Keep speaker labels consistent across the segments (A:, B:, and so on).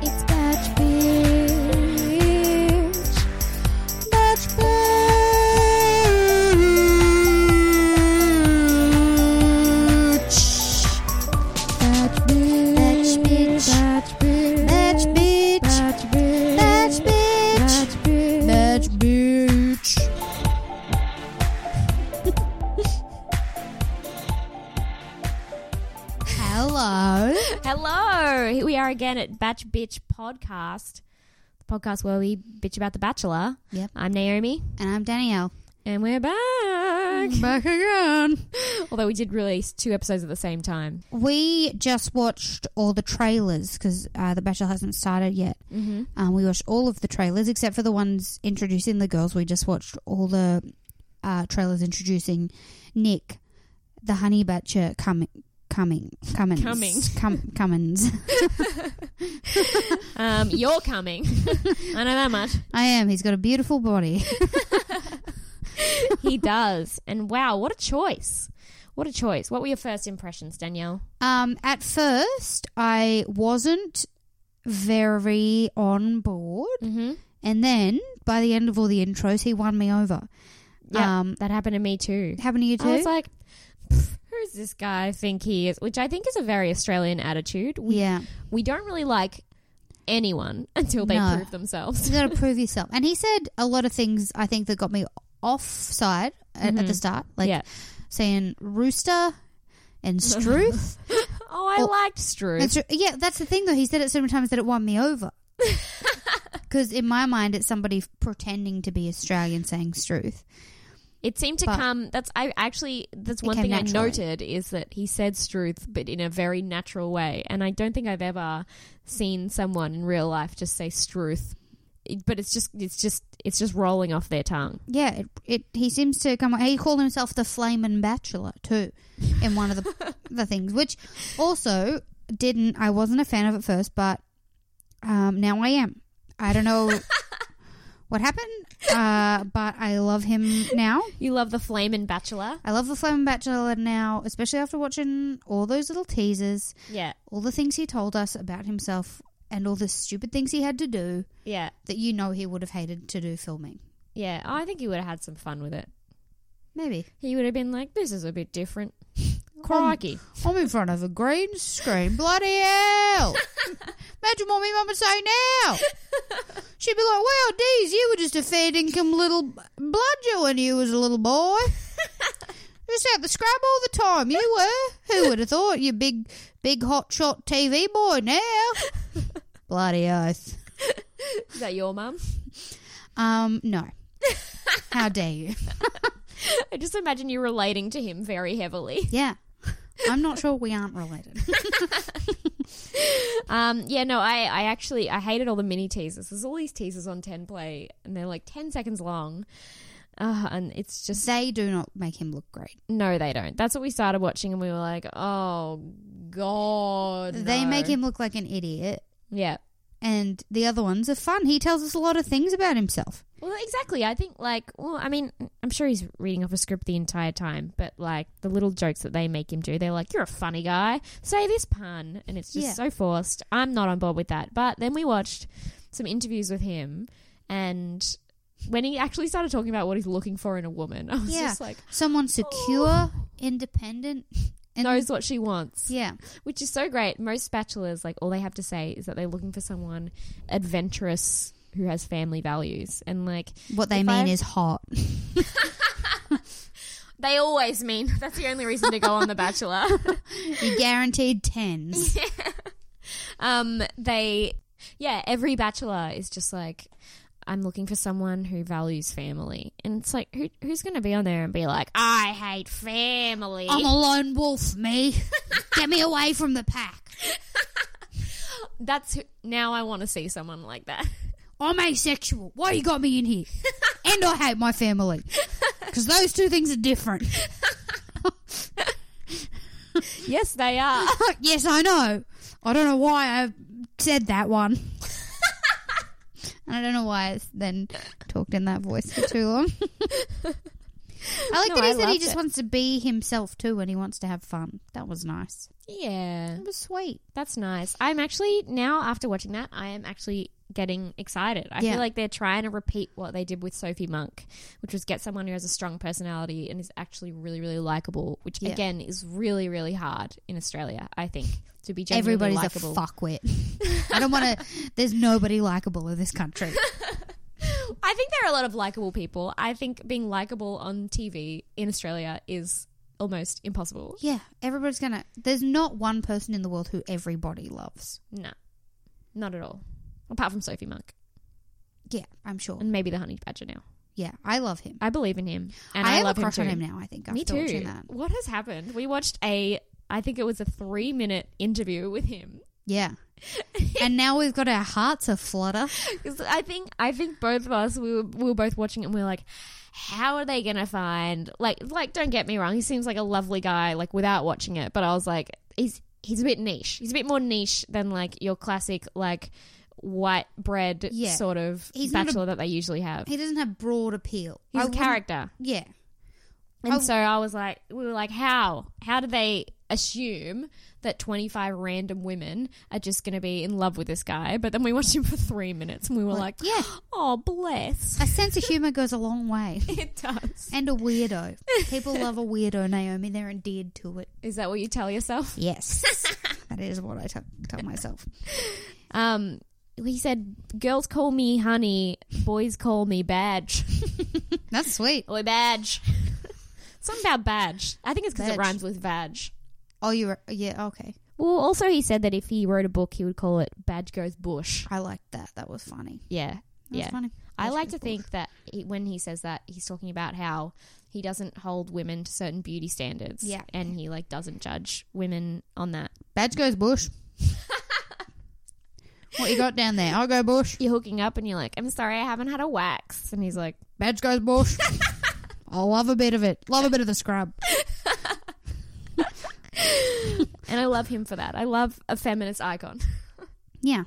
A: It's Batch Bitch. Batch Bitch. Batch Bitch. Batch Bitch. Batch Bitch. Batch Bitch. Batch Bitch. Batch Bitch. Hello.
B: Hello, here we are again at Batch Bitch Podcast, the podcast where we bitch about The Bachelor.
A: Yep.
B: I'm Naomi,
A: And I'm Danielle.
B: and we're back.
A: Back again.
B: Although we did release two episodes at the same time.
A: We just watched all the trailers because uh, The Bachelor hasn't started yet. Mm-hmm. Um, we watched all of the trailers except for the ones introducing the girls. We just watched all the uh, trailers introducing Nick, the Honey Bachelor coming. Coming, Cummins,
B: Coming.
A: Cum- Cummins.
B: Um, you're coming. I know that much.
A: I am. He's got a beautiful body.
B: He does. And wow, what a choice. What a choice. What were your first impressions, Danielle?
A: Um, at first, I wasn't very on board,
B: Mm-hmm.
A: and then by the end of all the intros, he won me over.
B: Yeah,
A: Um,
B: that happened to me too.
A: Happened to you too?
B: I was like, "Pff, who's this guy think he is? Which I think is a very Australian attitude. We
A: yeah.
B: we don't really like anyone until they
A: No.
B: prove themselves.
A: You got to prove yourself. And he said a lot of things I think that got me offside at, at the start, like
B: Mm-hmm. yeah.
A: saying rooster and struth.
B: Oh, I
A: Oh,
B: liked Struth.
A: That's- yeah, that's the thing though. He said it so many times that it won me over. Because in my mind, it's somebody pretending to be Australian saying struth.
B: it seemed to
A: but-
B: come. That's I actually. That's
A: It
B: one
A: came
B: thing I
A: naturally.
B: noted is that he said Struth, but in a very natural way. And I don't think I've ever seen someone in real life just say Struth. It- But it's just, it's just, it's just rolling off their tongue.
A: Yeah, it, it he seems to come. He called himself the Flamin' Bachelor too, in one of the the things, which also didn't. I wasn't a fan of at first, but um, now I am. I don't know what happened, uh, but I love him now.
B: You love the flamin' bachelor,
A: I love the Flamin' Bachelor now, especially after watching all those little teasers,
B: yeah,
A: all the things he told us about himself, and all the stupid things he had to do
B: yeah,
A: that you know he would have hated to do filming.
B: yeah. Oh, I think he would have had some fun with it.
A: Maybe
B: He would have been like, "This is a bit different."
A: Um,
B: Crikey!
A: I'm in front of a green screen. Bloody hell. Imagine what my mum would say now. She'd be like, well, Deez, you were just a fair income little bludger when you was a little boy. Just out the scrub all the time, you were. Who would have thought you big, big hot shot TV boy now? Bloody oath.
B: Is that your mum?
A: Um, no. How dare you?
B: I just imagine you relating to him very heavily.
A: Yeah. I'm not sure we aren't related.
B: Um, yeah, no, I, I actually I hated all the mini teasers. There's all these teasers on Ten Play, and they're like ten seconds long, uh, and it's just
A: they do not make him look great.
B: no, they don't. That's what we started watching, and we were like, oh god,
A: They
B: no.
A: make him look like an idiot.
B: yeah.
A: and the other ones are fun. He tells us a lot of things about himself.
B: Well, exactly. I think like well, I mean, I'm sure he's reading off a script the entire time, but like the little jokes that they make him do, they're like, "You're a funny guy. Say this pun," and it's just
A: Yeah.
B: so forced. I'm not on board with that. But then we watched some interviews with him, and when he actually started talking about what he's looking for in a woman, I was
A: Yeah.
B: just like, "Oh."
A: Someone secure, independent, and
B: knows what she wants,
A: yeah,
B: which is so great. Most bachelors, like all they have to say is that they're looking for someone adventurous who has family values, and like
A: what they
B: If
A: mean
B: I-
A: is hot.
B: They always mean. That's the only reason to go on The Bachelor.
A: You're guaranteed tens.
B: um, they, yeah, every Bachelor is just like, I'm looking for someone who values family. And it's like, who, who's going to be on there and be like, I hate family?
A: I'm a lone wolf, me. Get me away from the pack.
B: That's who, now I want to see someone like that.
A: I'm asexual. Why you got me in here? and I hate my family. Because those two things are different.
B: yes, they are.
A: yes, I know. I don't know why I said that one. and I don't know why I s- then talked in that voice for too long. I like
B: No,
A: that he
B: I
A: said he
B: loved
A: just
B: it.
A: wants to be himself too and he wants to have fun. That was nice.
B: Yeah,
A: It was sweet.
B: that's nice. I'm actually now after watching that, I am actually getting excited. I
A: Yeah.
B: feel like they're trying to repeat what they did with Sophie Monk, which was get someone who has a strong personality and is actually really, really likable, which
A: Yeah.
B: again is really, really hard in Australia. I think to be genuinely
A: Everybody's
B: likable.
A: a fuckwit. I don't want to. There's nobody likable in this country.
B: I think there are a lot of likable people. I think being likable on TV in Australia is almost impossible.
A: Yeah, everybody's gonna. There's not one person in the world who everybody loves.
B: No, not at all. Apart from Sophie Monk
A: Yeah, I'm sure.
B: and maybe the Honey Badger now.
A: Yeah, I love him.
B: I believe in him, and
A: I,
B: I,
A: have
B: love
A: a crush
B: him too.
A: on him now. I think after
B: Me too.
A: watching that.
B: What has happened? We watched a, I think it was a three minute interview with him.
A: Yeah, and now we've got our hearts aflutter.
B: 'Cause I think, I think both of us, we were, we were both watching it and we were like, how are they going to find, like, like, don't get me wrong. He seems like a lovely guy, like without watching it. But I was like, he's, he's a bit niche. He's a bit more niche than like your classic, like white bread
A: Yeah.
B: sort of
A: He's not a-
B: bachelor that they usually have. Oh,
A: He doesn't have broad appeal.
B: He's
A: I
B: a
A: wouldn't-
B: character.
A: Yeah,
B: And
A: I-
B: so I was like, we were like, how? How do they assume that 25 random women are just going to be in love with this guy? But then we watched him for three minutes and we were
A: Well,
B: like,
A: yeah.
B: oh, bless.
A: a sense of humor goes a long way.
B: It does.
A: And a weirdo. People love a weirdo, Naomi. They're endeared to it.
B: Is that what you tell yourself?
A: Yes, that is what I t- tell myself.
B: Um, he said, girls call me honey, boys call me badge.
A: That's sweet.
B: Oi, badge. Something about badge. I think it's because
A: Badge.
B: it rhymes with badge.
A: Oh, you were yeah okay.
B: Well, also he said that if he wrote a book, he would call it Badge Goes Bush.
A: I liked that. That was funny.
B: Yeah.
A: That was
B: yeah.
A: funny.
B: I
A: That's
B: like to
A: really
B: think that he, when he says that, he's talking about how he doesn't hold women to certain beauty standards.
A: Yeah.
B: And he, like, doesn't judge women on that.
A: cool. Badge goes bush. what you got down there? I go bush.
B: You're hooking up and you're like, I'm sorry, I haven't had a wax. And he's like,
A: Badge goes bush. I love a bit of it. Love a bit of the scrub.
B: and I love him for that. I love a feminist icon.
A: Yeah,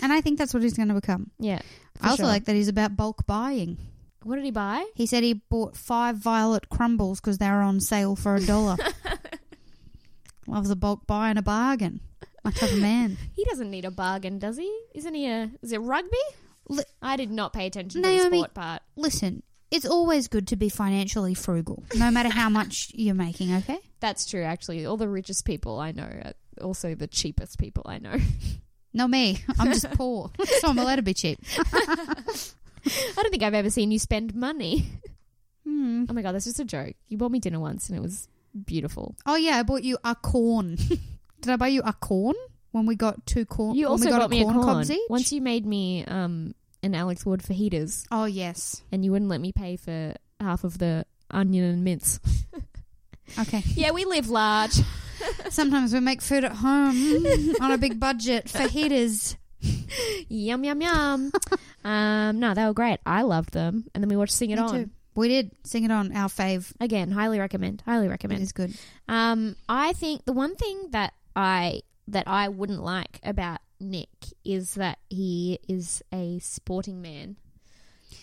A: and I think that's what he's going to become.
B: yeah. for
A: I also
B: sure.
A: like that he's about bulk buying.
B: what did he buy?
A: He said he bought five violet crumbles because they were on sale for a dollar. Loves a bulk buy and a bargain. My type of man.
B: He doesn't need a bargain, does he? Isn't he a. Is it rugby?
A: Li-
B: I did not pay attention to the
A: Naomi-
B: sport part.
A: Listen, it's always good to be financially frugal, no matter how much you're making. Okay.
B: That's true, actually. All the richest people I know are also the cheapest people I know.
A: Not me. I'm just poor. so I'm allowed to be cheap.
B: I don't think I've ever seen you spend money.
A: Hmm.
B: Oh my god, that's just a joke. You bought me dinner once and it was beautiful.
A: Oh, yeah, I bought you a corn. Did I buy you a corn when we got two corn?
B: You
A: when
B: also
A: we got,
B: bought me a corn.
A: cobs each?
B: Once you made me um an Alex Ward fajitas
A: oh, yes.
B: and you wouldn't let me pay for half of the onion and mince.
A: Okay.
B: yeah, we live large.
A: Sometimes we make food at home on a big budget. Fajitas.
B: yum yum yum. um no, they were great. I loved them. And then we watched Sing It
A: Me
B: On.
A: too. We did. Sing it on. Our fave.
B: Again, highly recommend. Highly
A: It
B: recommend.
A: is good.
B: Um, I think the one thing that I that I wouldn't like about Nick is that he is a sporting man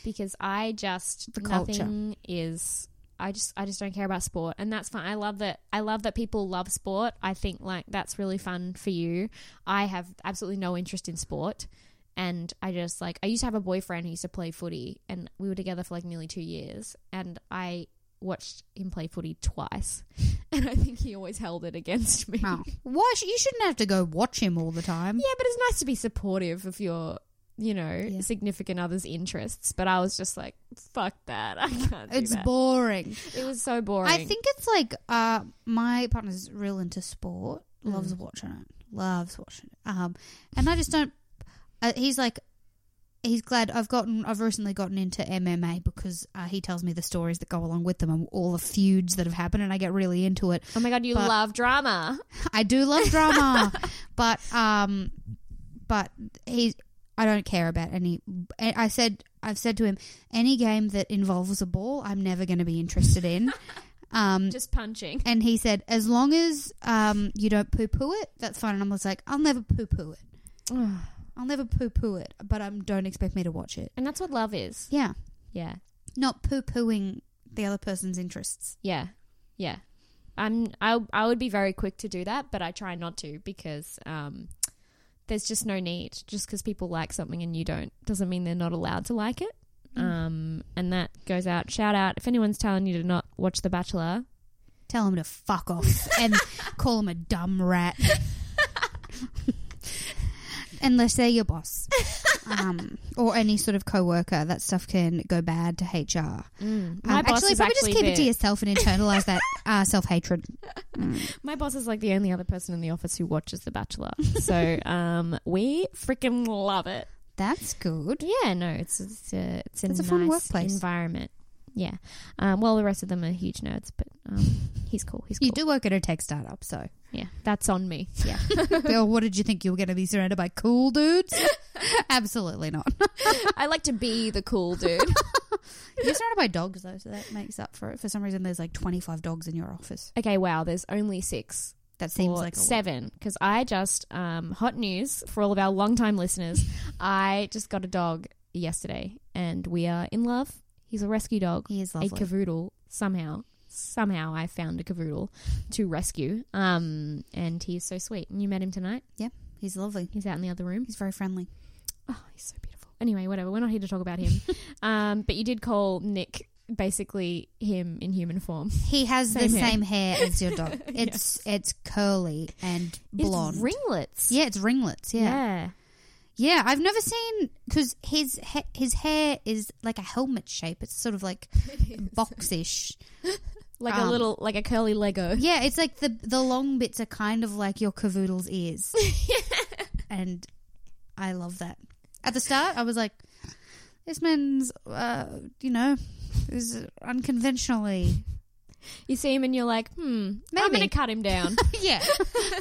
B: because I just
A: The culture.
B: nothing is I just I just don't care about sport and that's fine. I love that I love that people love sport. I think like that's really fun for you. I have absolutely no interest in sport and I just like I used to have a boyfriend who used to play footy and we were together for like nearly 2 years and I watched him play footy twice and I think he always held it against me.
A: Oh. Why? Sh- you shouldn't have to go watch him all the time.
B: Yeah, but it's nice to be supportive of your, you know,
A: Yeah.
B: significant other's interests. But I was just like, fuck that. I can't do
A: It's
B: that.
A: boring.
B: it was so boring.
A: I think it's like uh, my partner's real into sport,
B: Mm.
A: loves watching it, loves watching it. Um, and I just don't. Uh, he's like he's glad I've gotten I've recently gotten into MMA because uh, he tells me the stories that go along with them and all the feuds that have happened, and I get really into it.
B: Oh my god, you
A: But-
B: love drama.
A: I do love drama, but um, but he, I don't care about any. I I said I've said to him any game that involves a ball, I'm never going to be interested in. Um,
B: Just punching.
A: and he said as long as um you don't poo poo it, that's fine. And I was like, I'll never poo poo it.
B: and
A: I'll never poo poo it, but um, don't expect me to watch it.
B: that's what love is.
A: Yeah,
B: Yeah.
A: not poo pooing the other person's interests.
B: Yeah. Yeah. I'm I I would be very quick to do that, but I try not to because um there's just no need. Just because people like something and you don't doesn't mean they're not allowed to like it. Um and that goes out shout out if anyone's telling you to not watch The Bachelor.
A: Tell him to fuck off and call him a dumb rat. Unless they're your boss um, or any sort of coworker, that stuff can go bad to HR. Um,
B: My boss
A: actually,
B: is
A: probably
B: actually
A: just keep it to
B: the-
A: yourself and internalize that uh, Mm, self hatred.
B: My boss is like the only other person in the office who watches The Bachelor. So um we freaking love it.
A: That's good.
B: Yeah, no, it's it's a it's a,
A: It's a
B: nice
A: fun workplace.
B: environment. Yeah. Um, well, the rest of them are huge nerds, but um, he's cool. He's cool.
A: You do work at a tech startup, so
B: Yeah, that's on me.
A: yeah. Bill, what did you think you were going to be surrounded by cool dudes? Absolutely not.
B: I like to be the cool dude.
A: You're surrounded by dogs though, so that makes up for it. For some reason, there's like 25 dogs in your office.
B: okay, wow. There's only six.
A: That seems
B: or
A: like a lot.
B: seven. Because I just um, hot news for all of our longtime listeners. I just got a dog yesterday, and we are in love. He's a rescue dog.
A: He is
B: a
A: lovely.
B: cavoodle somehow. Somehow I found a cavoodle to rescue. Um, and he's so sweet. And you met him tonight.
A: yeah, he's lovely.
B: He's out in the other room.
A: He's very friendly.
B: Oh, he's so beautiful. Anyway, whatever. We're not here to talk about him. um, but you did call Nick basically him in human form.
A: He has
B: Same
A: the
B: hair.
A: same hair as your dog. It's it's curly and blonde.
B: It's ringlets.
A: yeah, it's ringlets. Yeah, yeah.
B: Yeah.
A: I've never seen because his ha- his hair is like a helmet shape. It's sort of like boxish.
B: Like
A: Um,
B: a little, like a curly Lego.
A: Yeah, it's like the the long bits are kind of like your cavoodle's ears. and I love that. At the start, I was like, this man's, uh, you know, is unconventionally.
B: You see him and you're like, hmm, I'm
A: Maybe.
B: going to cut him down.
A: yeah.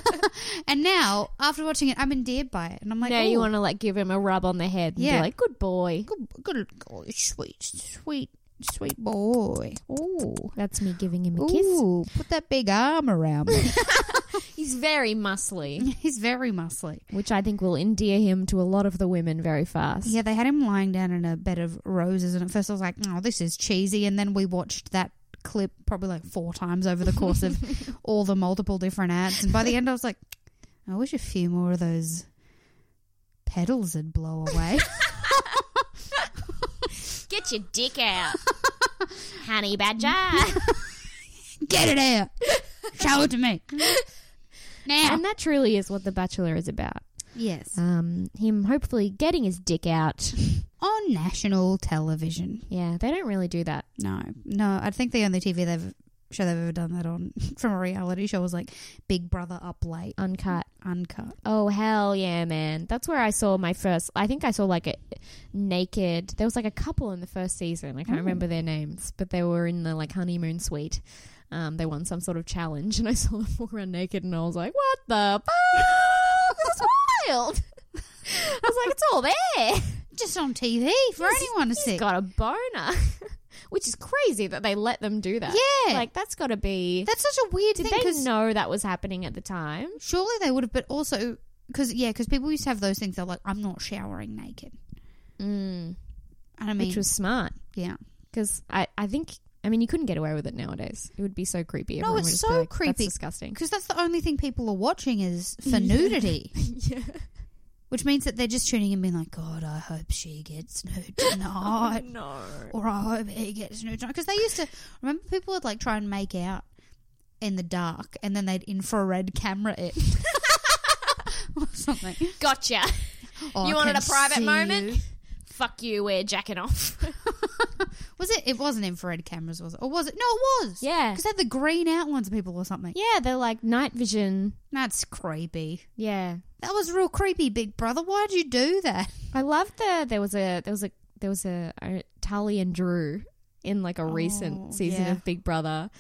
A: and now, after watching it, I'm endeared by it. And I'm like,
B: now you
A: "Ooh,
B: want to like give him a rub on the head and
A: Yeah.
B: be like, good boy.
A: good, good, good, sweet, sweet, sweet boy. Ooh.
B: That's me giving him a kiss.
A: Ooh, put that big arm around me.
B: He's very muscly,
A: He's very muscly.
B: which I think will endear him to a lot of the women very fast.
A: Yeah, they had him lying down in a bed of roses, and at first I was like, "Oh, this is cheesy." And then we watched that clip probably like four times over the course of all the multiple different ads, and by the end I was like, "I wish a few more of those petals would blow away."
B: Get your dick out, honey badger.
A: Get it out, show it to me now.
B: and that truly is what The Bachelor is about.
A: yes,
B: um, him hopefully getting his dick out.
A: on national television.
B: Yeah, they don't really do that.
A: No, no, I think the only TV they've show they've ever done that on from a reality show was like Big Brother Up Late
B: Uncut.
A: Uncut.
B: Oh, hell yeah, man. That's where I saw my first. I think I saw like a naked. There was like a couple in the first season. I
A: Oh.
B: can't remember their names, but they were in the like honeymoon suite. Um, they won some sort of challenge, and I saw them walk around naked, and I was like, what the fuck? That's wild. I was like, it's all there.
A: just on TV for anyone to see.
B: He's got a boner. Which is crazy that they let them do that.
A: Yeah.
B: Like, that's got to be.
A: That's such a weird
B: Did
A: thing
B: they
A: because
B: know that was happening at the time?
A: surely they would have, but also because yeah, because people used to have those things. They're like, I'm not showering naked, and
B: Mm.
A: I mean,
B: Which was smart
A: yeah,
B: because I, I think I mean you couldn't get away with it nowadays. It would be so creepy.
A: No,
B: Everyone
A: it's
B: would just be
A: so
B: like,
A: creepy."
B: That's disgusting.
A: because that's the only thing people are watching is for nudity.
B: yeah.
A: Which means that they're just tuning in, being like, "God, I hope she gets nude tonight,
B: Oh, No.
A: or I hope he gets nude tonight." Because they used to remember people would like try and make out in the dark, and then they'd infrared camera it or something.
B: Gotcha.
A: Oh, I
B: you wanted
A: can
B: a private
A: see
B: moment?
A: you.
B: Fuck you. We're jacking off.
A: Was it? It wasn't infrared cameras, was it? Or was it? No, it was.
B: Yeah.
A: Because they had the green out ones, people, or something.
B: Yeah, they're like night vision.
A: That's creepy.
B: Yeah.
A: That was real creepy, Big Brother. Why'd you do that?
B: I love the there was a there was a there was a, a Tally and Drew in like a recent season
A: Oh, yeah.
B: of Big Brother.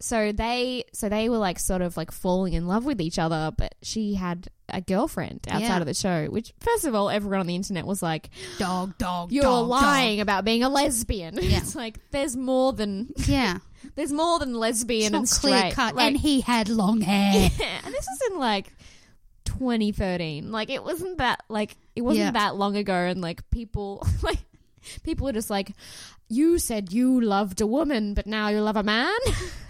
B: So they so they were like sort of like falling in love with each other, but she had a girlfriend outside
A: Yeah.
B: of the show. Which first of all, everyone on the internet was like,
A: Dog, dog,
B: "You're
A: dog,
B: lying about being a lesbian."
A: Yeah.
B: it's like there's more than
A: dog. Yeah.
B: there's more than lesbian
A: It's
B: and
A: not
B: straight.
A: clear cut.
B: Like-
A: and he had long hair.
B: and this was in like 2013 like it wasn't that like it wasn't
A: Yeah.
B: that long ago and like people like people were just like you said you loved a woman but now you love a man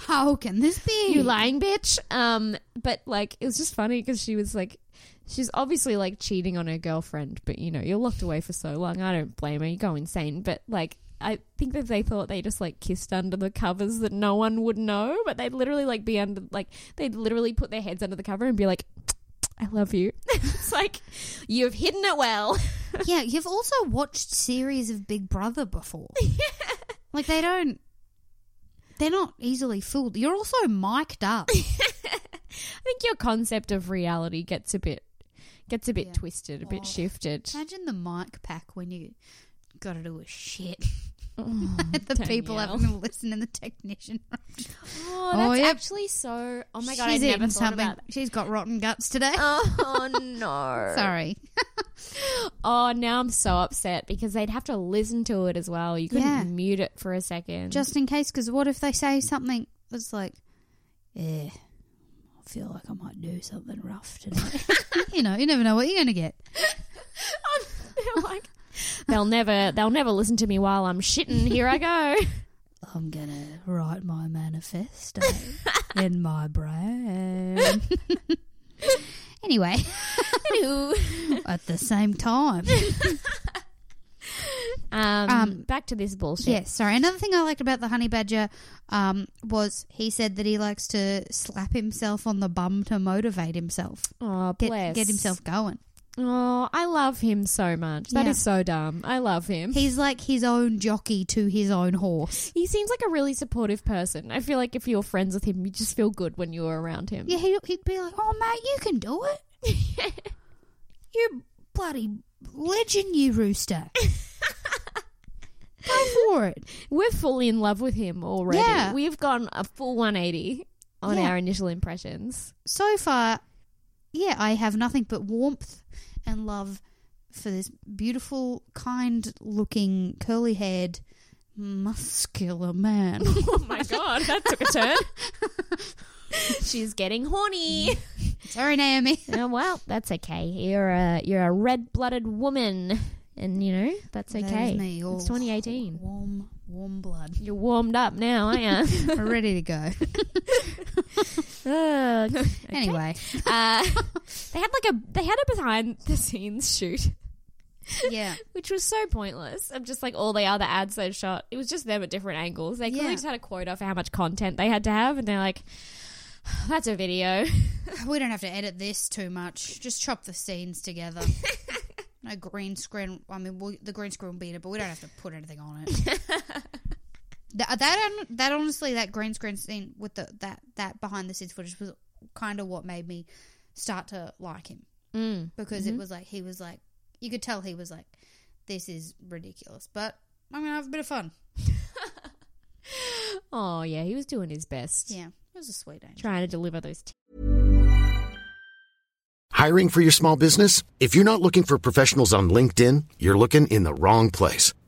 A: How can this be?
B: you lying bitch um but like it was just funny because she was like she's obviously like cheating on her girlfriend but you know you're locked away for so long i don't blame her you go insane but like I think that they thought they just like kissed under the covers that no one would know, but they'd literally like be under like they'd literally put their heads under the cover and be like, "I love you." it's like you've hidden it well.
A: yeah, you've also watched series of Big Brother before. Like they don't they're not easily fooled. You're also mic'd up.
B: I think your concept of reality gets a bit gets a bit
A: Yeah.
B: twisted, a bit
A: Oh.
B: shifted.
A: Imagine the mic pack when you gotta do a shit.
B: Oh,
A: the people
B: Danielle.
A: having to listen in the technician room.
B: Oh,
A: Oh,
B: that's
A: yep.
B: actually so. Oh my god,
A: She's
B: I never
A: eating
B: thought
A: something.
B: about that.
A: She's got rotten guts today.
B: Oh no!
A: Sorry.
B: Oh, now I'm so upset because they'd have to listen to it as well. You couldn't
A: Yeah.
B: mute it for a second.
A: Just in case, because what if they say something that's like, eh, I feel like I might do something rough tonight. you know, you never know what you're going to get.
B: They're like they'll never they'll never listen to me while I'm shitting. Here I go.
A: I'm going to write my manifesto in my brain. anyway, at the same time.
B: um,
A: Um,
B: back to this bullshit.
A: Yes, sorry. Another thing I liked about the honey badger um, was he said that he likes to slap himself on the bum to motivate himself,
B: Oh,
A: get
B: bless.
A: get himself going.
B: Oh, I love him so much. That is
A: Yeah.
B: so dumb. I love him.
A: He's like his own jockey to his own horse.
B: He seems like a really supportive person. I feel like if you're friends with him, you just feel good when you're around him.
A: Yeah, he'd, he'd be like, "Oh, mate, you can do it. you bloody legend, you rooster. Go for it."
B: We're fully in love with him already.
A: Yeah.
B: We've gone a full 180 on
A: Yeah.
B: our initial impressions.
A: So far, yeah, I have nothing but warmth and love for this beautiful, kind-looking, curly-haired, muscular man.
B: oh my god, that took a turn. She's getting horny.
A: Sorry, Naomi.
B: oh, well, that's okay. You're a you're a red-blooded woman, and you know that's
A: That is
B: okay.
A: me, oh. all
B: it's 2018.
A: Warm, warm blood.
B: You're warmed up now, aren't you?
A: We're ready to go.
B: Ugh.
A: Anyway,
B: uh, they had like a they had a behind the scenes shoot,
A: yeah.
B: which was so pointless. Of just like all the other ads they shot, it was just them at different angles. They clearly
A: Yeah.
B: just had a quota for how much content they had to have, and they're like, "That's a video."
A: We don't have to edit this too much. Just chop the scenes together. no green screen. I mean, we the green screen will be in it, but we don't have to put anything on it. Th- that, that that honestly, that green screen scene with the that that behind the scenes footage was kind of what made me start to like him
B: Mm.
A: because it was like he was like you could tell he was like this is ridiculous, but I'm gonna have a bit of fun.
B: Oh yeah, he was doing his best.
A: Yeah, it was a sweet angel.
B: trying to deliver those. T-
C: Hiring for your small business? If you're not looking for professionals on LinkedIn, you're looking in the wrong place.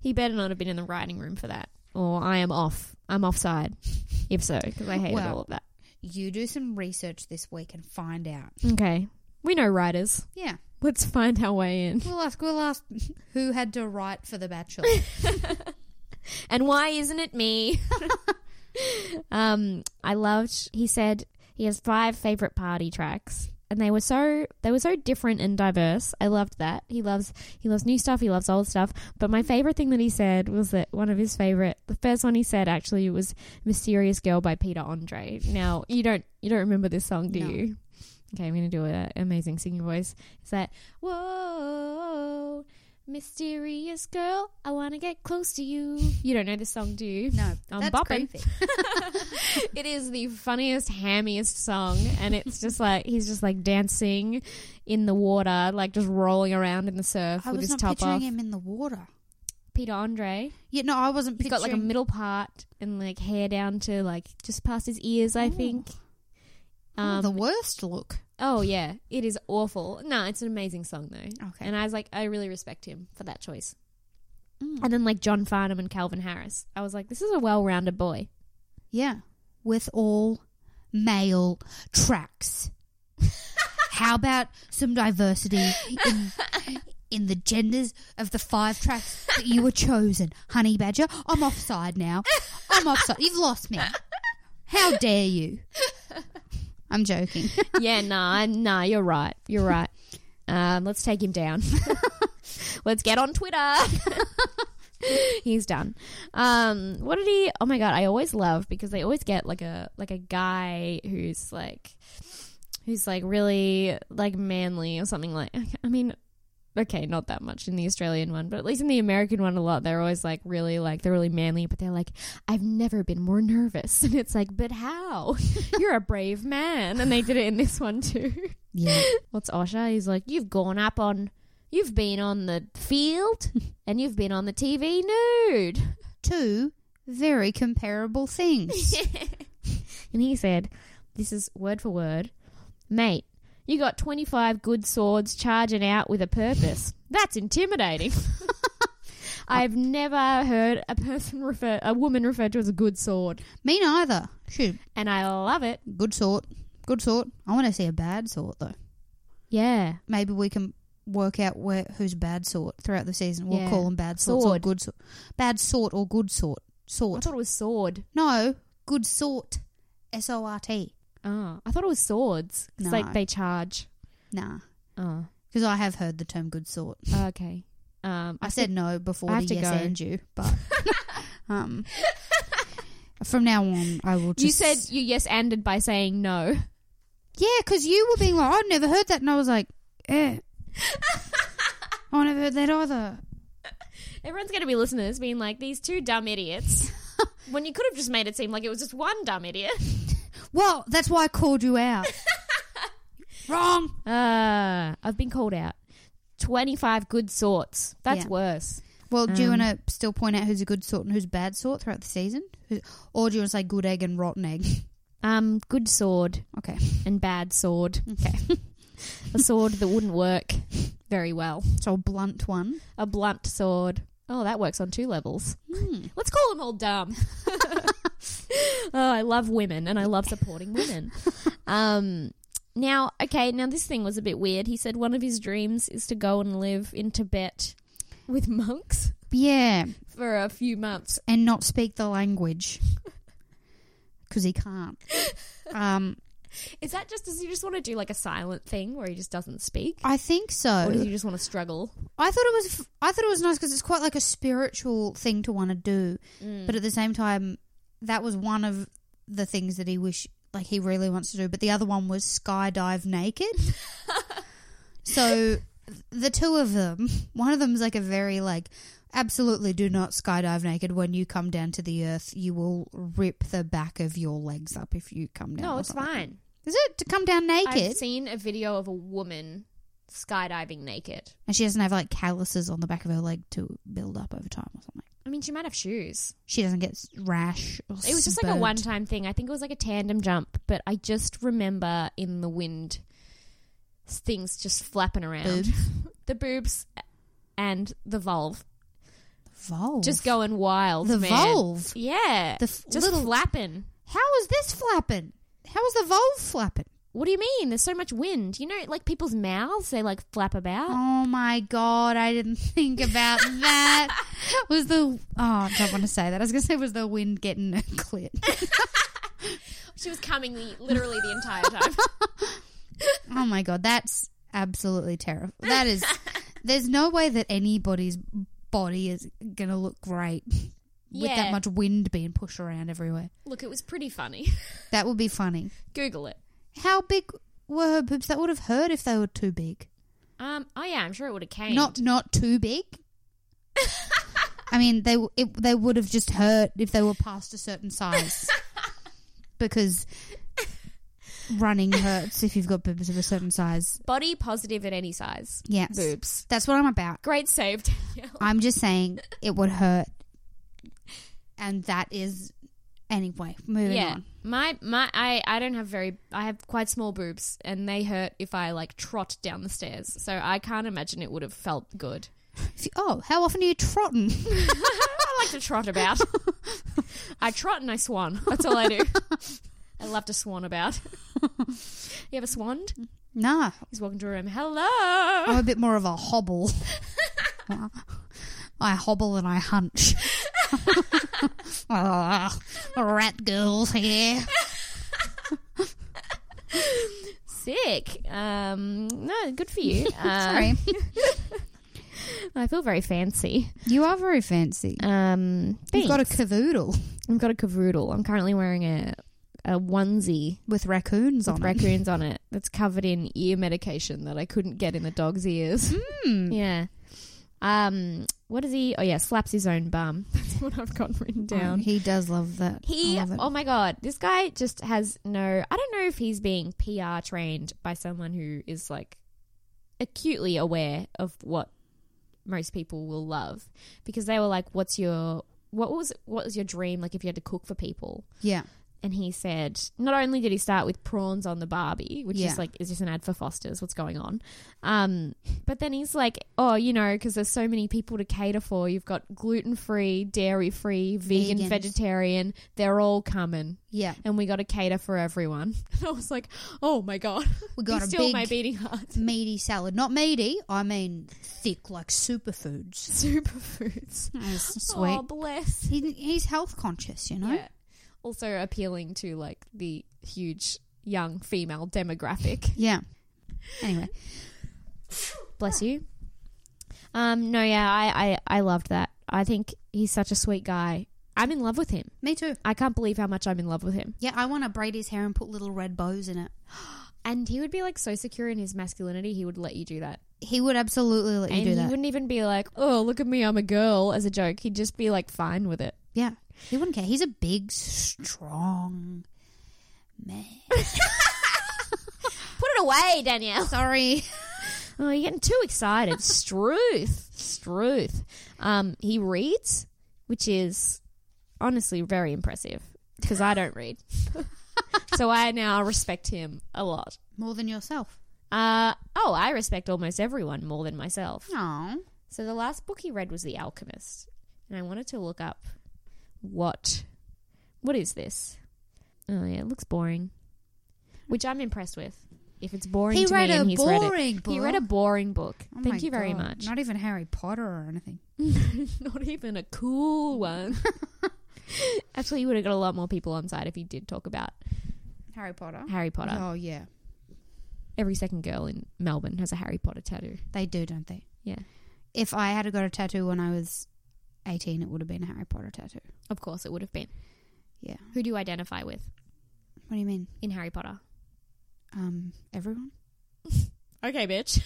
B: He better not have been in the writing room for that, or I am off. I'm offside. If so, because I hated
A: Well.
B: all of that.
A: You do some research this week and find out.
B: Okay, we know writers.
A: Yeah.
B: Let's find our way in.
A: We'll ask. We'll ask who had to write for The Bachelor.
B: and why isn't it me? um, I loved. He said he has five favorite party tracks, and they were so they were so different and diverse. I loved that. He loves he loves new stuff. He loves old stuff. But my favorite thing that he said was that one of his favorite. The first one he said actually was "Mysterious Girl" by Peter Andre. Now you don't you don't remember this song, do
A: No.
B: you? Okay, I'm gonna do an amazing singing voice. It's that whoa. Mysterious girl, I wanna get close to you. You don't know this song, do you?
A: No, but
B: I'm
A: that's
B: bopping.
A: creepy.
B: It is the funniest, hammiest song, and it's just like he's just like dancing in the water, like just rolling around in the surf
A: I
B: with
A: was
B: his
A: not
B: top
A: picturing
B: off.
A: him in the water.
B: Peter Andre,
A: Yeah, no, I wasn't
B: he's
A: picturing.
B: got like a middle part and like hair down to like just past his ears, I think.
A: Oh,
B: Um,
A: the worst look.
B: oh yeah, it is awful. No, it's an amazing song though.
A: Okay.
B: and I was like, I really respect him for that choice.
A: Mm.
B: And then like John Farnham and Calvin Harris, I was like, this is a well-rounded boy.
A: Yeah, with all male tracks. How about some diversity in, in the genders of the five tracks that you were chosen, Honey Badger? I'm offside now. I'm offside. You've lost me. How dare you? I'm joking.
B: yeah, nah, nah, you're right. You're right. Um, let's take him down. let's get on Twitter. He's done. Um, what did he? Oh my god, I always love because they always get like a like a guy who's like who's like really like manly or something like. I mean. Okay, not that much in the Australian one, but at least in the American one, a lot they're always like really like they're really manly, but they're like, I've never been more nervous, and it's like, but how? You're a brave man, and they did it in this one too.
A: Yeah.
B: What's Osha? He's like, you've gone up on, you've been on the field, and you've been on the TV nude.
A: Two very comparable things.
B: And he said, This is word for word. Mate, you got 25 good swords charging out with a purpose. That's intimidating. I've never heard a person refer, a woman referred to as a good sword.
A: Me neither. Shoot,
B: And I love it.
A: good sort. Good sort. I want to see a bad sort, though.
B: Yeah.
A: maybe we can work out where who's bad sort throughout the season. We'll
B: Yeah.
A: call them bad sorts or
B: Sword.
A: good sort. Bad sort or good sort.
B: I
A: Sort.
B: thought it was sword.
A: No, good sort. S O R T.
B: Oh, I thought it was swords. It's
A: No.
B: like they charge.
A: Nah,
B: Oh,
A: because I have heard the term good sort.
B: okay. Um,
A: I said no before
B: I
A: the
B: have to
A: yes
B: go.
A: and you, but um, from now on I will. Just,
B: you said you yes ended by saying no.
A: yeah, because you were being like, I've never heard that, and I was like, eh. I never heard that either.
B: Everyone's going to be listening to this being like, these two dumb idiots. when you could have just made it seem like it was just one dumb idiot.
A: Well, that's why I called you out. Wrong.
B: Uh, I've been called out. 25 good sorts. That's
A: Yeah.
B: worse.
A: Well, do you
B: Um,
A: want to still point out who's a good sort and who's bad sort throughout the season? Who- Or do you want to say good egg and rotten egg?
B: Um, good sword
A: Okay.
B: and bad sword.
A: Okay.
B: A sword that wouldn't work very well.
A: so a blunt one.
B: A blunt sword. Oh, that works on two levels.
A: Hmm.
B: Let's call them all dumb. oh, I love women and I love supporting women. Um, now, okay, now this thing was a bit weird. He said one of his dreams is to go and live in Tibet with monks
A: Yeah,
B: for a few months.
A: and not speak the language. Because he can't. Um,
B: Is that just, does he just want to do like a silent thing where he just doesn't speak?
A: I think so.
B: Or does he just want to struggle?
A: I thought it was. f- I thought it was nice because it's quite like a spiritual thing to want to do,
B: Mm.
A: but at the same time, that was one of the things that he wish like he really wants to do. But the other one was skydive naked. so the two of them, one of them's like a very like absolutely do not skydive naked. When you come down to the earth, you will rip the back of your legs up if you come down.
B: No,
A: or
B: it's
A: something.
B: fine.
A: Is it to come down naked?
B: I've seen a video of a woman skydiving naked.
A: and she doesn't have like calluses on the back of her leg to build up over time or something.
B: I mean, she might have shoes.
A: she doesn't get rash. Or
B: It was just like a
A: spurt.
B: one time thing. I think it was like a tandem jump, but I just remember in the wind s- things just flapping around.
A: Boobs.
B: the boobs and the vulve.
A: Vulve.
B: Just going wild.
A: The
B: man.
A: vulve?
B: Yeah.
A: The f-
B: just
A: little-
B: flapping.
A: How is this flapping? How is the vulve flapping?
B: What do you mean? There's so much wind. You know, like people's mouths, they like flap about.
A: Oh my god, I didn't think about that. was the oh, I don't want to say that. I was gonna say was the wind getting a clit.
B: She was coming the, literally the entire time.
A: Oh my god, that's absolutely terrible. That is there's no way that anybody's body is gonna look great with
B: Yeah.
A: that much wind being pushed around everywhere.
B: Look, it was pretty funny.
A: That would be funny.
B: Google it.
A: How big were her boobs? That would have hurt if they were too big.
B: Um. Oh yeah, I'm sure it would have came.
A: Not not too big. I mean, they w- it, they would have just hurt if they were past a certain size, because running hurts if you've got boobs of a certain size.
B: body positive at any size.
A: Yes,
B: Boobs.
A: That's what I'm about.
B: Great save, Danielle.
A: I'm just saying it would hurt, and that is anyway. Moving
B: yeah.
A: on.
B: My my I I don't have very I have quite small boobs and they hurt if I like trot down the stairs. So I can't imagine it would have felt good.
A: If you- oh, how often are you trotting?
B: I like to trot about. I trot and I swan. That's all I do. I love to swan about. you ever swanned?
A: nah,
B: He's walking to a room. Hello.
A: I'm a bit more of a hobble. I hobble and I hunch. Ah, rat girls here.
B: Sick. Um no, good for you. Uh,
A: Sorry.
B: I feel very fancy.
A: You are very fancy.
B: Um
A: You've got a cavoodle
B: I've got a cavoodle. I'm currently wearing a a onesie
A: with raccoons on
B: with raccoons on it that's covered in ear medication that I couldn't get in the dog's ears.
A: Hmm.
B: Yeah. Um, what does he? Oh yeah, slaps his own bum. That's what I've got written
A: it.
B: down.
A: Oh, He does love that.
B: He,
A: I love it.
B: oh my god, this guy just has no. I don't know if he's being PR trained by someone who is like acutely aware of what most people will love because they were like, "What's your what was what was your dream? Like if you had to cook for people."
A: Yeah.
B: and he said not only did he start with prawns on the Barbie, which
A: Yeah.
B: is like is this an ad for Foster's? What's going on? Um, but then he's like, oh, you know, because there's so many people to cater for. You've got gluten free, dairy free, vegan,
A: Vegans.
B: vegetarian. They're all coming,
A: Yeah.
B: and we got to cater for everyone. And I was like, oh my god,
A: We got
B: Be
A: a
B: still my
A: big-
B: beating heart.
A: Meaty salad. Not meaty, I mean thick, like superfoods.
B: Superfoods.
A: Oh, sweet.
B: Oh bless.
A: He, he's health conscious, you know?
B: Yeah. Also appealing to like the huge young female demographic.
A: yeah. Anyway.
B: bless you. Um, no, yeah, I, I, I loved that. I think he's such a sweet guy. I'm in love with him.
A: Me too.
B: I can't believe how much I'm in love with him.
A: Yeah, I want to braid his hair and put little red bows in it.
B: And he would be like so secure in his masculinity, he would let you do that.
A: He would absolutely let you
B: and
A: do
B: he
A: that.
B: wouldn't even be like, oh, look at me, I'm a girl, as a joke. He'd just be like fine with it.
A: yeah. He wouldn't care. He's a big, strong man.
B: Put it away, Danielle.
A: Sorry.
B: Oh, you're getting too excited. Struth. Struth. Um, he reads, which is honestly very impressive because I don't read. so I now respect him a lot.
A: More than yourself.
B: Uh, oh, I respect almost everyone more than myself.
A: Oh.
B: So the last book he read was The Alchemist. And I wanted to look up what. What is this? Oh, yeah, it looks boring. Which I'm impressed with. If it's boring
A: He
B: to
A: read
B: me
A: a
B: and he's read
A: boring
B: it. He read a
A: book.
B: boring book.
A: Oh my
B: Thank you very
A: God.
B: much.
A: Not even Harry Potter or anything.
B: Not even a cool one. Actually, you would have got a lot more people on side if you did talk about
A: Harry Potter.
B: Harry Potter.
A: Oh yeah,
B: Every second girl in Melbourne has a Harry Potter tattoo.
A: they do, don't they?
B: Yeah,
A: If I had got a tattoo when I was eighteen, it would have been a Harry Potter tattoo.
B: of course it would have been.
A: Yeah.
B: Who do you identify with
A: What do you mean?
B: in Harry Potter?
A: Um, everyone.
B: Okay, bitch.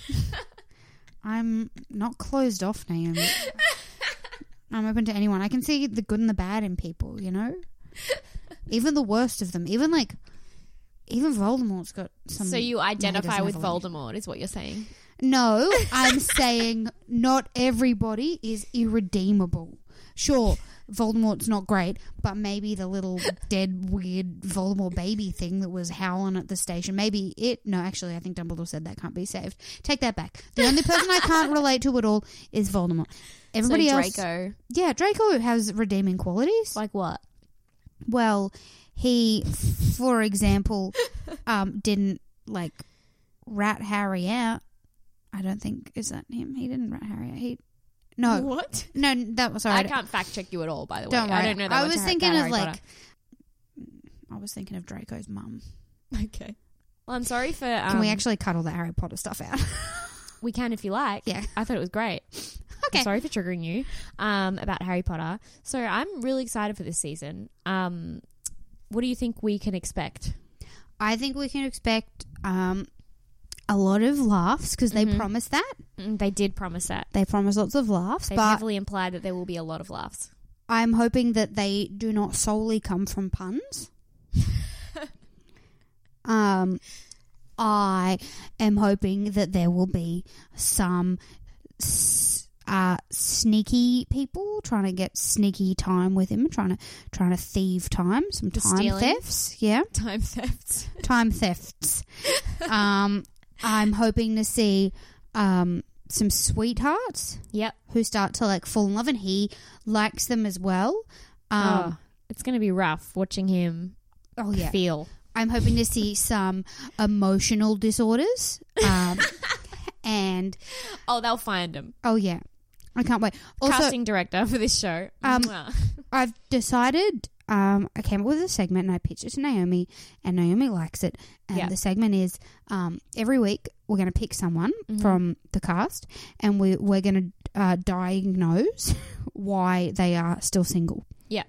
A: I'm not closed off, Naomi. I'm open to anyone. I can see the good and the bad in people. You know, even the worst of them. Even like, even Voldemort's got some.
B: so you
A: No, he
B: identify
A: doesn't
B: with
A: have a lot.
B: Voldemort, is what you're saying?
A: No, I'm saying not everybody is irredeemable. Sure, Voldemort's not great, but maybe the little dead weird Voldemort baby thing that was howling at the station, maybe it. No, actually, I think Dumbledore said that can't be saved. Take that back. The only person I can't relate to at all is Voldemort. Everybody
B: so
A: else,
B: Draco,
A: yeah, Draco has redeeming qualities.
B: like what?
A: Well, he, for example, um, didn't like rat Harry out. I don't think is that him. He didn't rat Harry out. He no
B: What?
A: no that was
B: I
A: sorry.
B: can't fact check you at all, by the way.
A: Don't worry.
B: I don't know that
A: I
B: much
A: was
B: about
A: thinking of
B: Harry
A: like.
B: Potter.
A: I was thinking of Draco's mum.
B: Okay. Well, I'm sorry for. Um,
A: Can we actually cut all that Harry Potter stuff out?
B: We can if you like.
A: Yeah.
B: I thought it was great.
A: Okay.
B: I'm sorry for triggering you um, about Harry Potter. So I'm really excited for this season. Um, what do you think we can expect?
A: I think we can expect um, a lot of laughs because
B: Mm-hmm.
A: they promised that.
B: Mm, They did promise that.
A: They promised lots of laughs,
B: They've
A: but
B: heavily implied that there will be a lot of laughs.
A: I'm hoping that they do not solely come from puns. um, I am hoping that there will be some s- uh, sneaky people trying to get sneaky time with him, trying to trying to thieve time, some
B: Just
A: time
B: stealing?
A: thefts. Yeah,
B: Time thefts.
A: time thefts. um, I'm hoping to see um, some sweethearts
B: Yep.
A: who start to like fall in love, and he likes them as well. Um,
B: oh, it's going to be rough watching him
A: Oh yeah,
B: feel.
A: I'm hoping to see some emotional disorders. Um, and
B: Oh, they'll find him.
A: oh yeah, I can't wait. Also,
B: Casting director for this show.
A: Um,
B: Mwah.
A: I've decided. Um, I came up with a segment and I pitched it to Naomi, and Naomi likes it. And
B: Yeah.
A: the segment is um, every week we're going to pick someone
B: Mm-hmm.
A: from the cast, and we we're going to uh, diagnose why they are still single.
B: Yeah.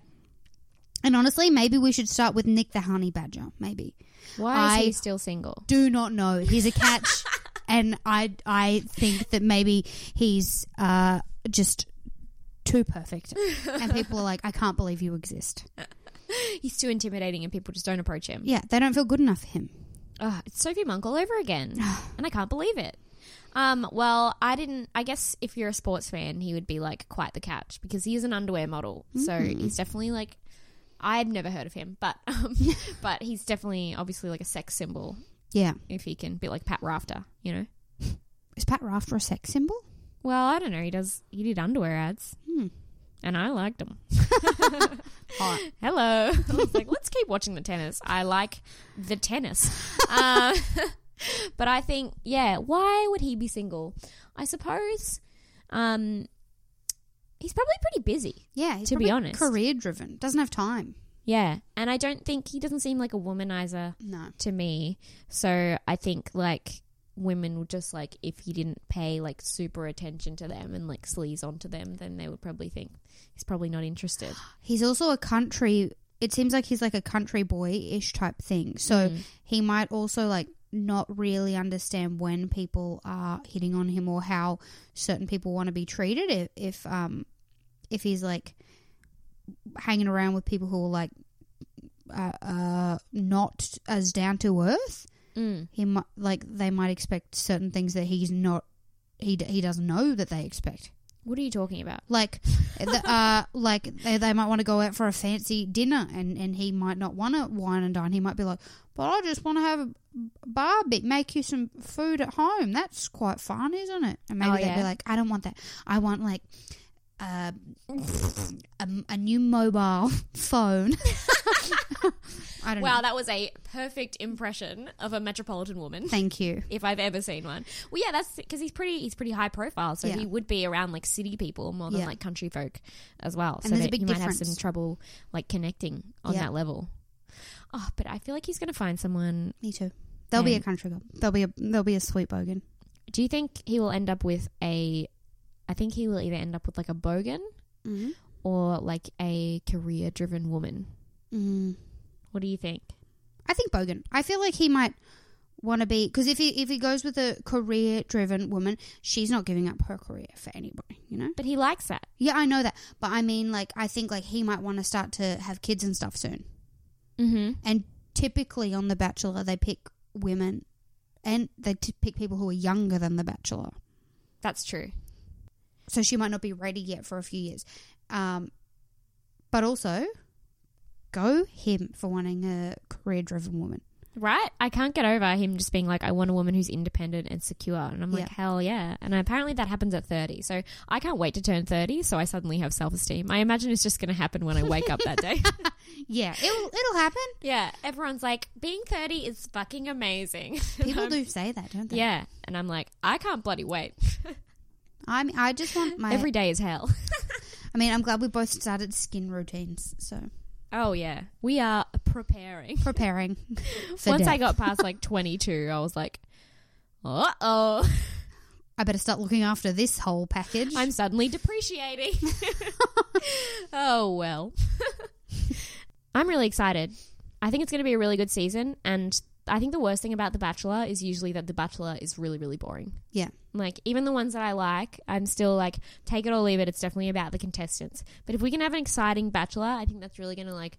A: And honestly, maybe we should start with Nick the Honey Badger. Maybe.
B: Why is
A: I-
B: he still single?
A: do not know. He's a catch, and I I think that maybe he's uh, just too perfect, and people are like, I can't believe you exist.
B: He's too intimidating and people just don't approach him.
A: Yeah, they don't feel good enough for him.
B: Ugh, it's Sophie Monk all over again, and I can't believe it. Um, well, I didn't. I guess if you're a sports fan, he would be like quite the catch because he is an underwear model, so he's definitely like. I'd never heard of him, but um, but he's definitely obviously like a sex symbol
A: Yeah,
B: if he can be like Pat Rafter, you know.
A: is Pat Rafter a sex symbol?
B: Well, I don't know. He does. He did underwear ads, and I liked them. Hello. I was like, let's keep watching the tennis. I like the tennis. Uh, but I think, yeah, why would he be single? I suppose um, he's probably pretty busy.
A: Yeah, he's
B: To be
A: probably
B: honest.
A: career driven, doesn't have time.
B: Yeah. And I don't think he doesn't seem like a womanizer
A: No,
B: to me. So I think, like, women would just like if he didn't pay like super attention to them and like sleaze onto them then they would probably think he's probably not interested
A: he's also a country. It seems like he's like a country boy ish type thing. So
B: Mm.
A: he might also like not really understand when people are hitting on him or how certain people want to be treated if, if um if he's like hanging around with people who are like uh, uh not as down to earth
B: mm.
A: he might like they might expect certain things that he's not he, d- he doesn't know that they expect
B: what are you talking about
A: like the, uh like they, they might want to go out for a fancy dinner and and he might not want to wine and dine he might be like but i just want to have a barbie make you some food at home that's quite fun isn't it and maybe
B: Oh,
A: they'd be
B: yeah.
A: like i don't want that i want like uh, a, a new mobile phone i don't
B: Wow,
A: know
B: that was a perfect impression of a metropolitan woman.
A: thank you
B: If I've ever seen one, well, yeah, that's because he's pretty. He's pretty high profile, so
A: Yeah.
B: he would be around like city people more than
A: Yeah.
B: like country folk as well. so
A: there's a
B: that
A: big
B: he might have
A: difference.
B: some trouble like connecting on
A: Yeah.
B: that level. Oh, but I feel like he's going to find someone.
A: me too there'll be a
B: And-
A: country girl there'll be a there'll be a sweet bogan
B: Do you think he will end up with a? I think he will either end up with like a bogan
A: mm-hmm.
B: or like a career-driven woman.
A: mm.
B: What do you think?
A: I think Bogan. I feel like he might want to be because if he if he goes with a career driven woman, she's not giving up her career for anybody. You know.
B: But he likes that.
A: Yeah, I know that, but I mean, like, I think like he might want to start to have kids and stuff soon.
B: Mm-hmm.
A: And typically on The Bachelor, they pick women, and they t- pick people who are younger than The Bachelor,
B: That's true.
A: so she might not be ready yet for a few years. Um, but also, go him for wanting a career driven woman.
B: Right? I can't get over him just being like, I want a woman who's independent and secure. And I'm like,
A: Yeah.
B: hell yeah. And apparently that happens at 30. So I can't wait to turn 30. So I suddenly have self esteem. I imagine it's just going to happen when I wake up that day.
A: Yeah, it'll it'll happen.
B: yeah. Everyone's like, being 30 is fucking amazing. And
A: People
B: I'm-
A: do say that, don't they?
B: Yeah. And I'm like, I can't bloody wait.
A: I mean, I just want my.
B: Every day is hell.
A: I mean, I'm glad we both started skin routines. So
B: oh, yeah. We are preparing.
A: preparing. for
B: Once I
A: death.
B: got past like 22, I was like, uh oh.
A: I better start looking after this whole package.
B: I'm suddenly depreciating. oh well. I'm really excited. I think it's going to be a really good season and I think the worst thing about The Bachelor is usually that The Bachelor is really really boring.
A: yeah,
B: Like even the ones that I like, I'm still like take it or leave it. It's definitely about the contestants. But if we can have an exciting Bachelor, I think that's really going to like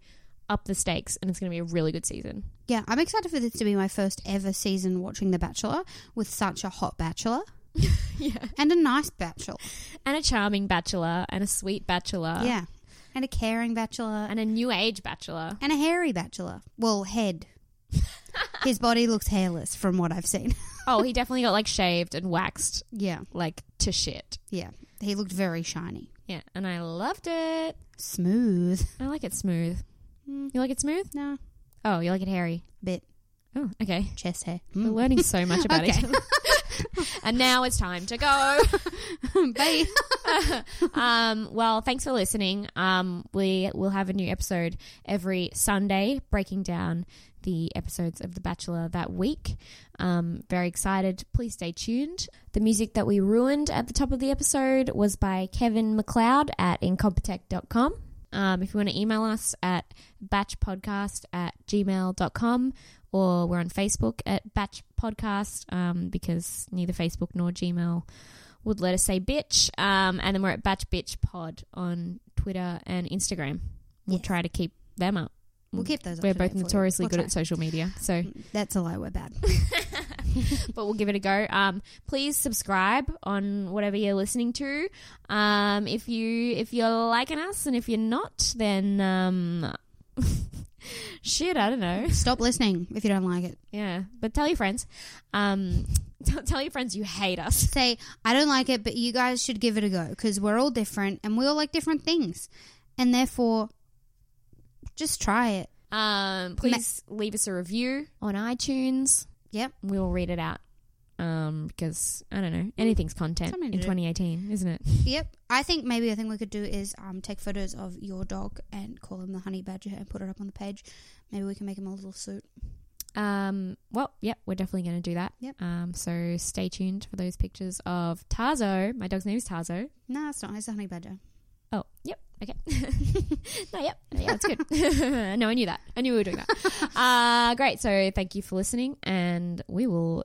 B: up the stakes and it's going to be a really good season.
A: yeah. I'm excited for this to be my first ever season watching The Bachelor with such a hot Bachelor. yeah, and a nice Bachelor.
B: And a charming Bachelor and a sweet Bachelor
A: yeah, and a caring Bachelor
B: Uh. and a new age Bachelor.
A: and a hairy Bachelor. Well, head. His body looks hairless from what I've seen.
B: Oh, he definitely got like shaved and waxed
A: yeah,
B: like to shit.
A: yeah. He looked very shiny,
B: Yeah, and I loved it.
A: smooth.
B: I like it smooth. You like it smooth?
A: No,
B: Oh, you like it hairy.
A: bit
B: Oh, okay.
A: chest hair.
B: We're learning so much about
A: Okay.
B: each other. and now it's time to go.
A: Bye.
B: Um, well, thanks for listening. Um, we will have a new episode every Sunday, breaking down the episodes of The Bachelor that week. Um, very excited. Please stay tuned. The music that we ruined at the top of the episode was by Kevin McLeod at incompetech.com. Um, if you want to email us at batchpodcast at gmail.com or we're on Facebook at Batch Podcast um, because neither Facebook nor Gmail would let us say bitch. Um, and then we're at Batch Bitch Pod on Twitter and Instagram. We'll
A: Yes.
B: try to keep them up.
A: We'll keep those up
B: We're
A: to date
B: both
A: for you.
B: notoriously
A: We'll
B: good
A: try.
B: at social media, so
A: That's a lie. We're bad.
B: but we'll give it a go. Um, please subscribe on whatever you're listening to. Um, if you if you're liking us, and if you're not, then um, shit, I don't know.
A: Stop listening if you don't like it.
B: Yeah, but tell your friends. Um, t- tell your friends you hate us.
A: Say, I don't like it, but you guys should give it a go because we're all different and we all like different things. And therefore, just try it.
B: Um, please leave us a review on iTunes.
A: Yep.
B: We will read it out. Um, because I don't know, anything's content
A: Something
B: in
A: to do.
B: 2018, isn't it?
A: Yep. I think maybe a thing we could do is um, take photos of your dog and call him the honey badger and put it up on the page. Maybe we can make him a little suit.
B: Um, well, yep, we're definitely going to do that.
A: Yep.
B: Um, so stay tuned for those pictures of Tarzo. My dog's name is Tarzo.
A: No, it's not. It's a honey badger.
B: Oh, yep. Okay. no, yep. Yeah, that's good. no, I knew that. I knew we were doing that. uh, great. So thank you for listening, and we will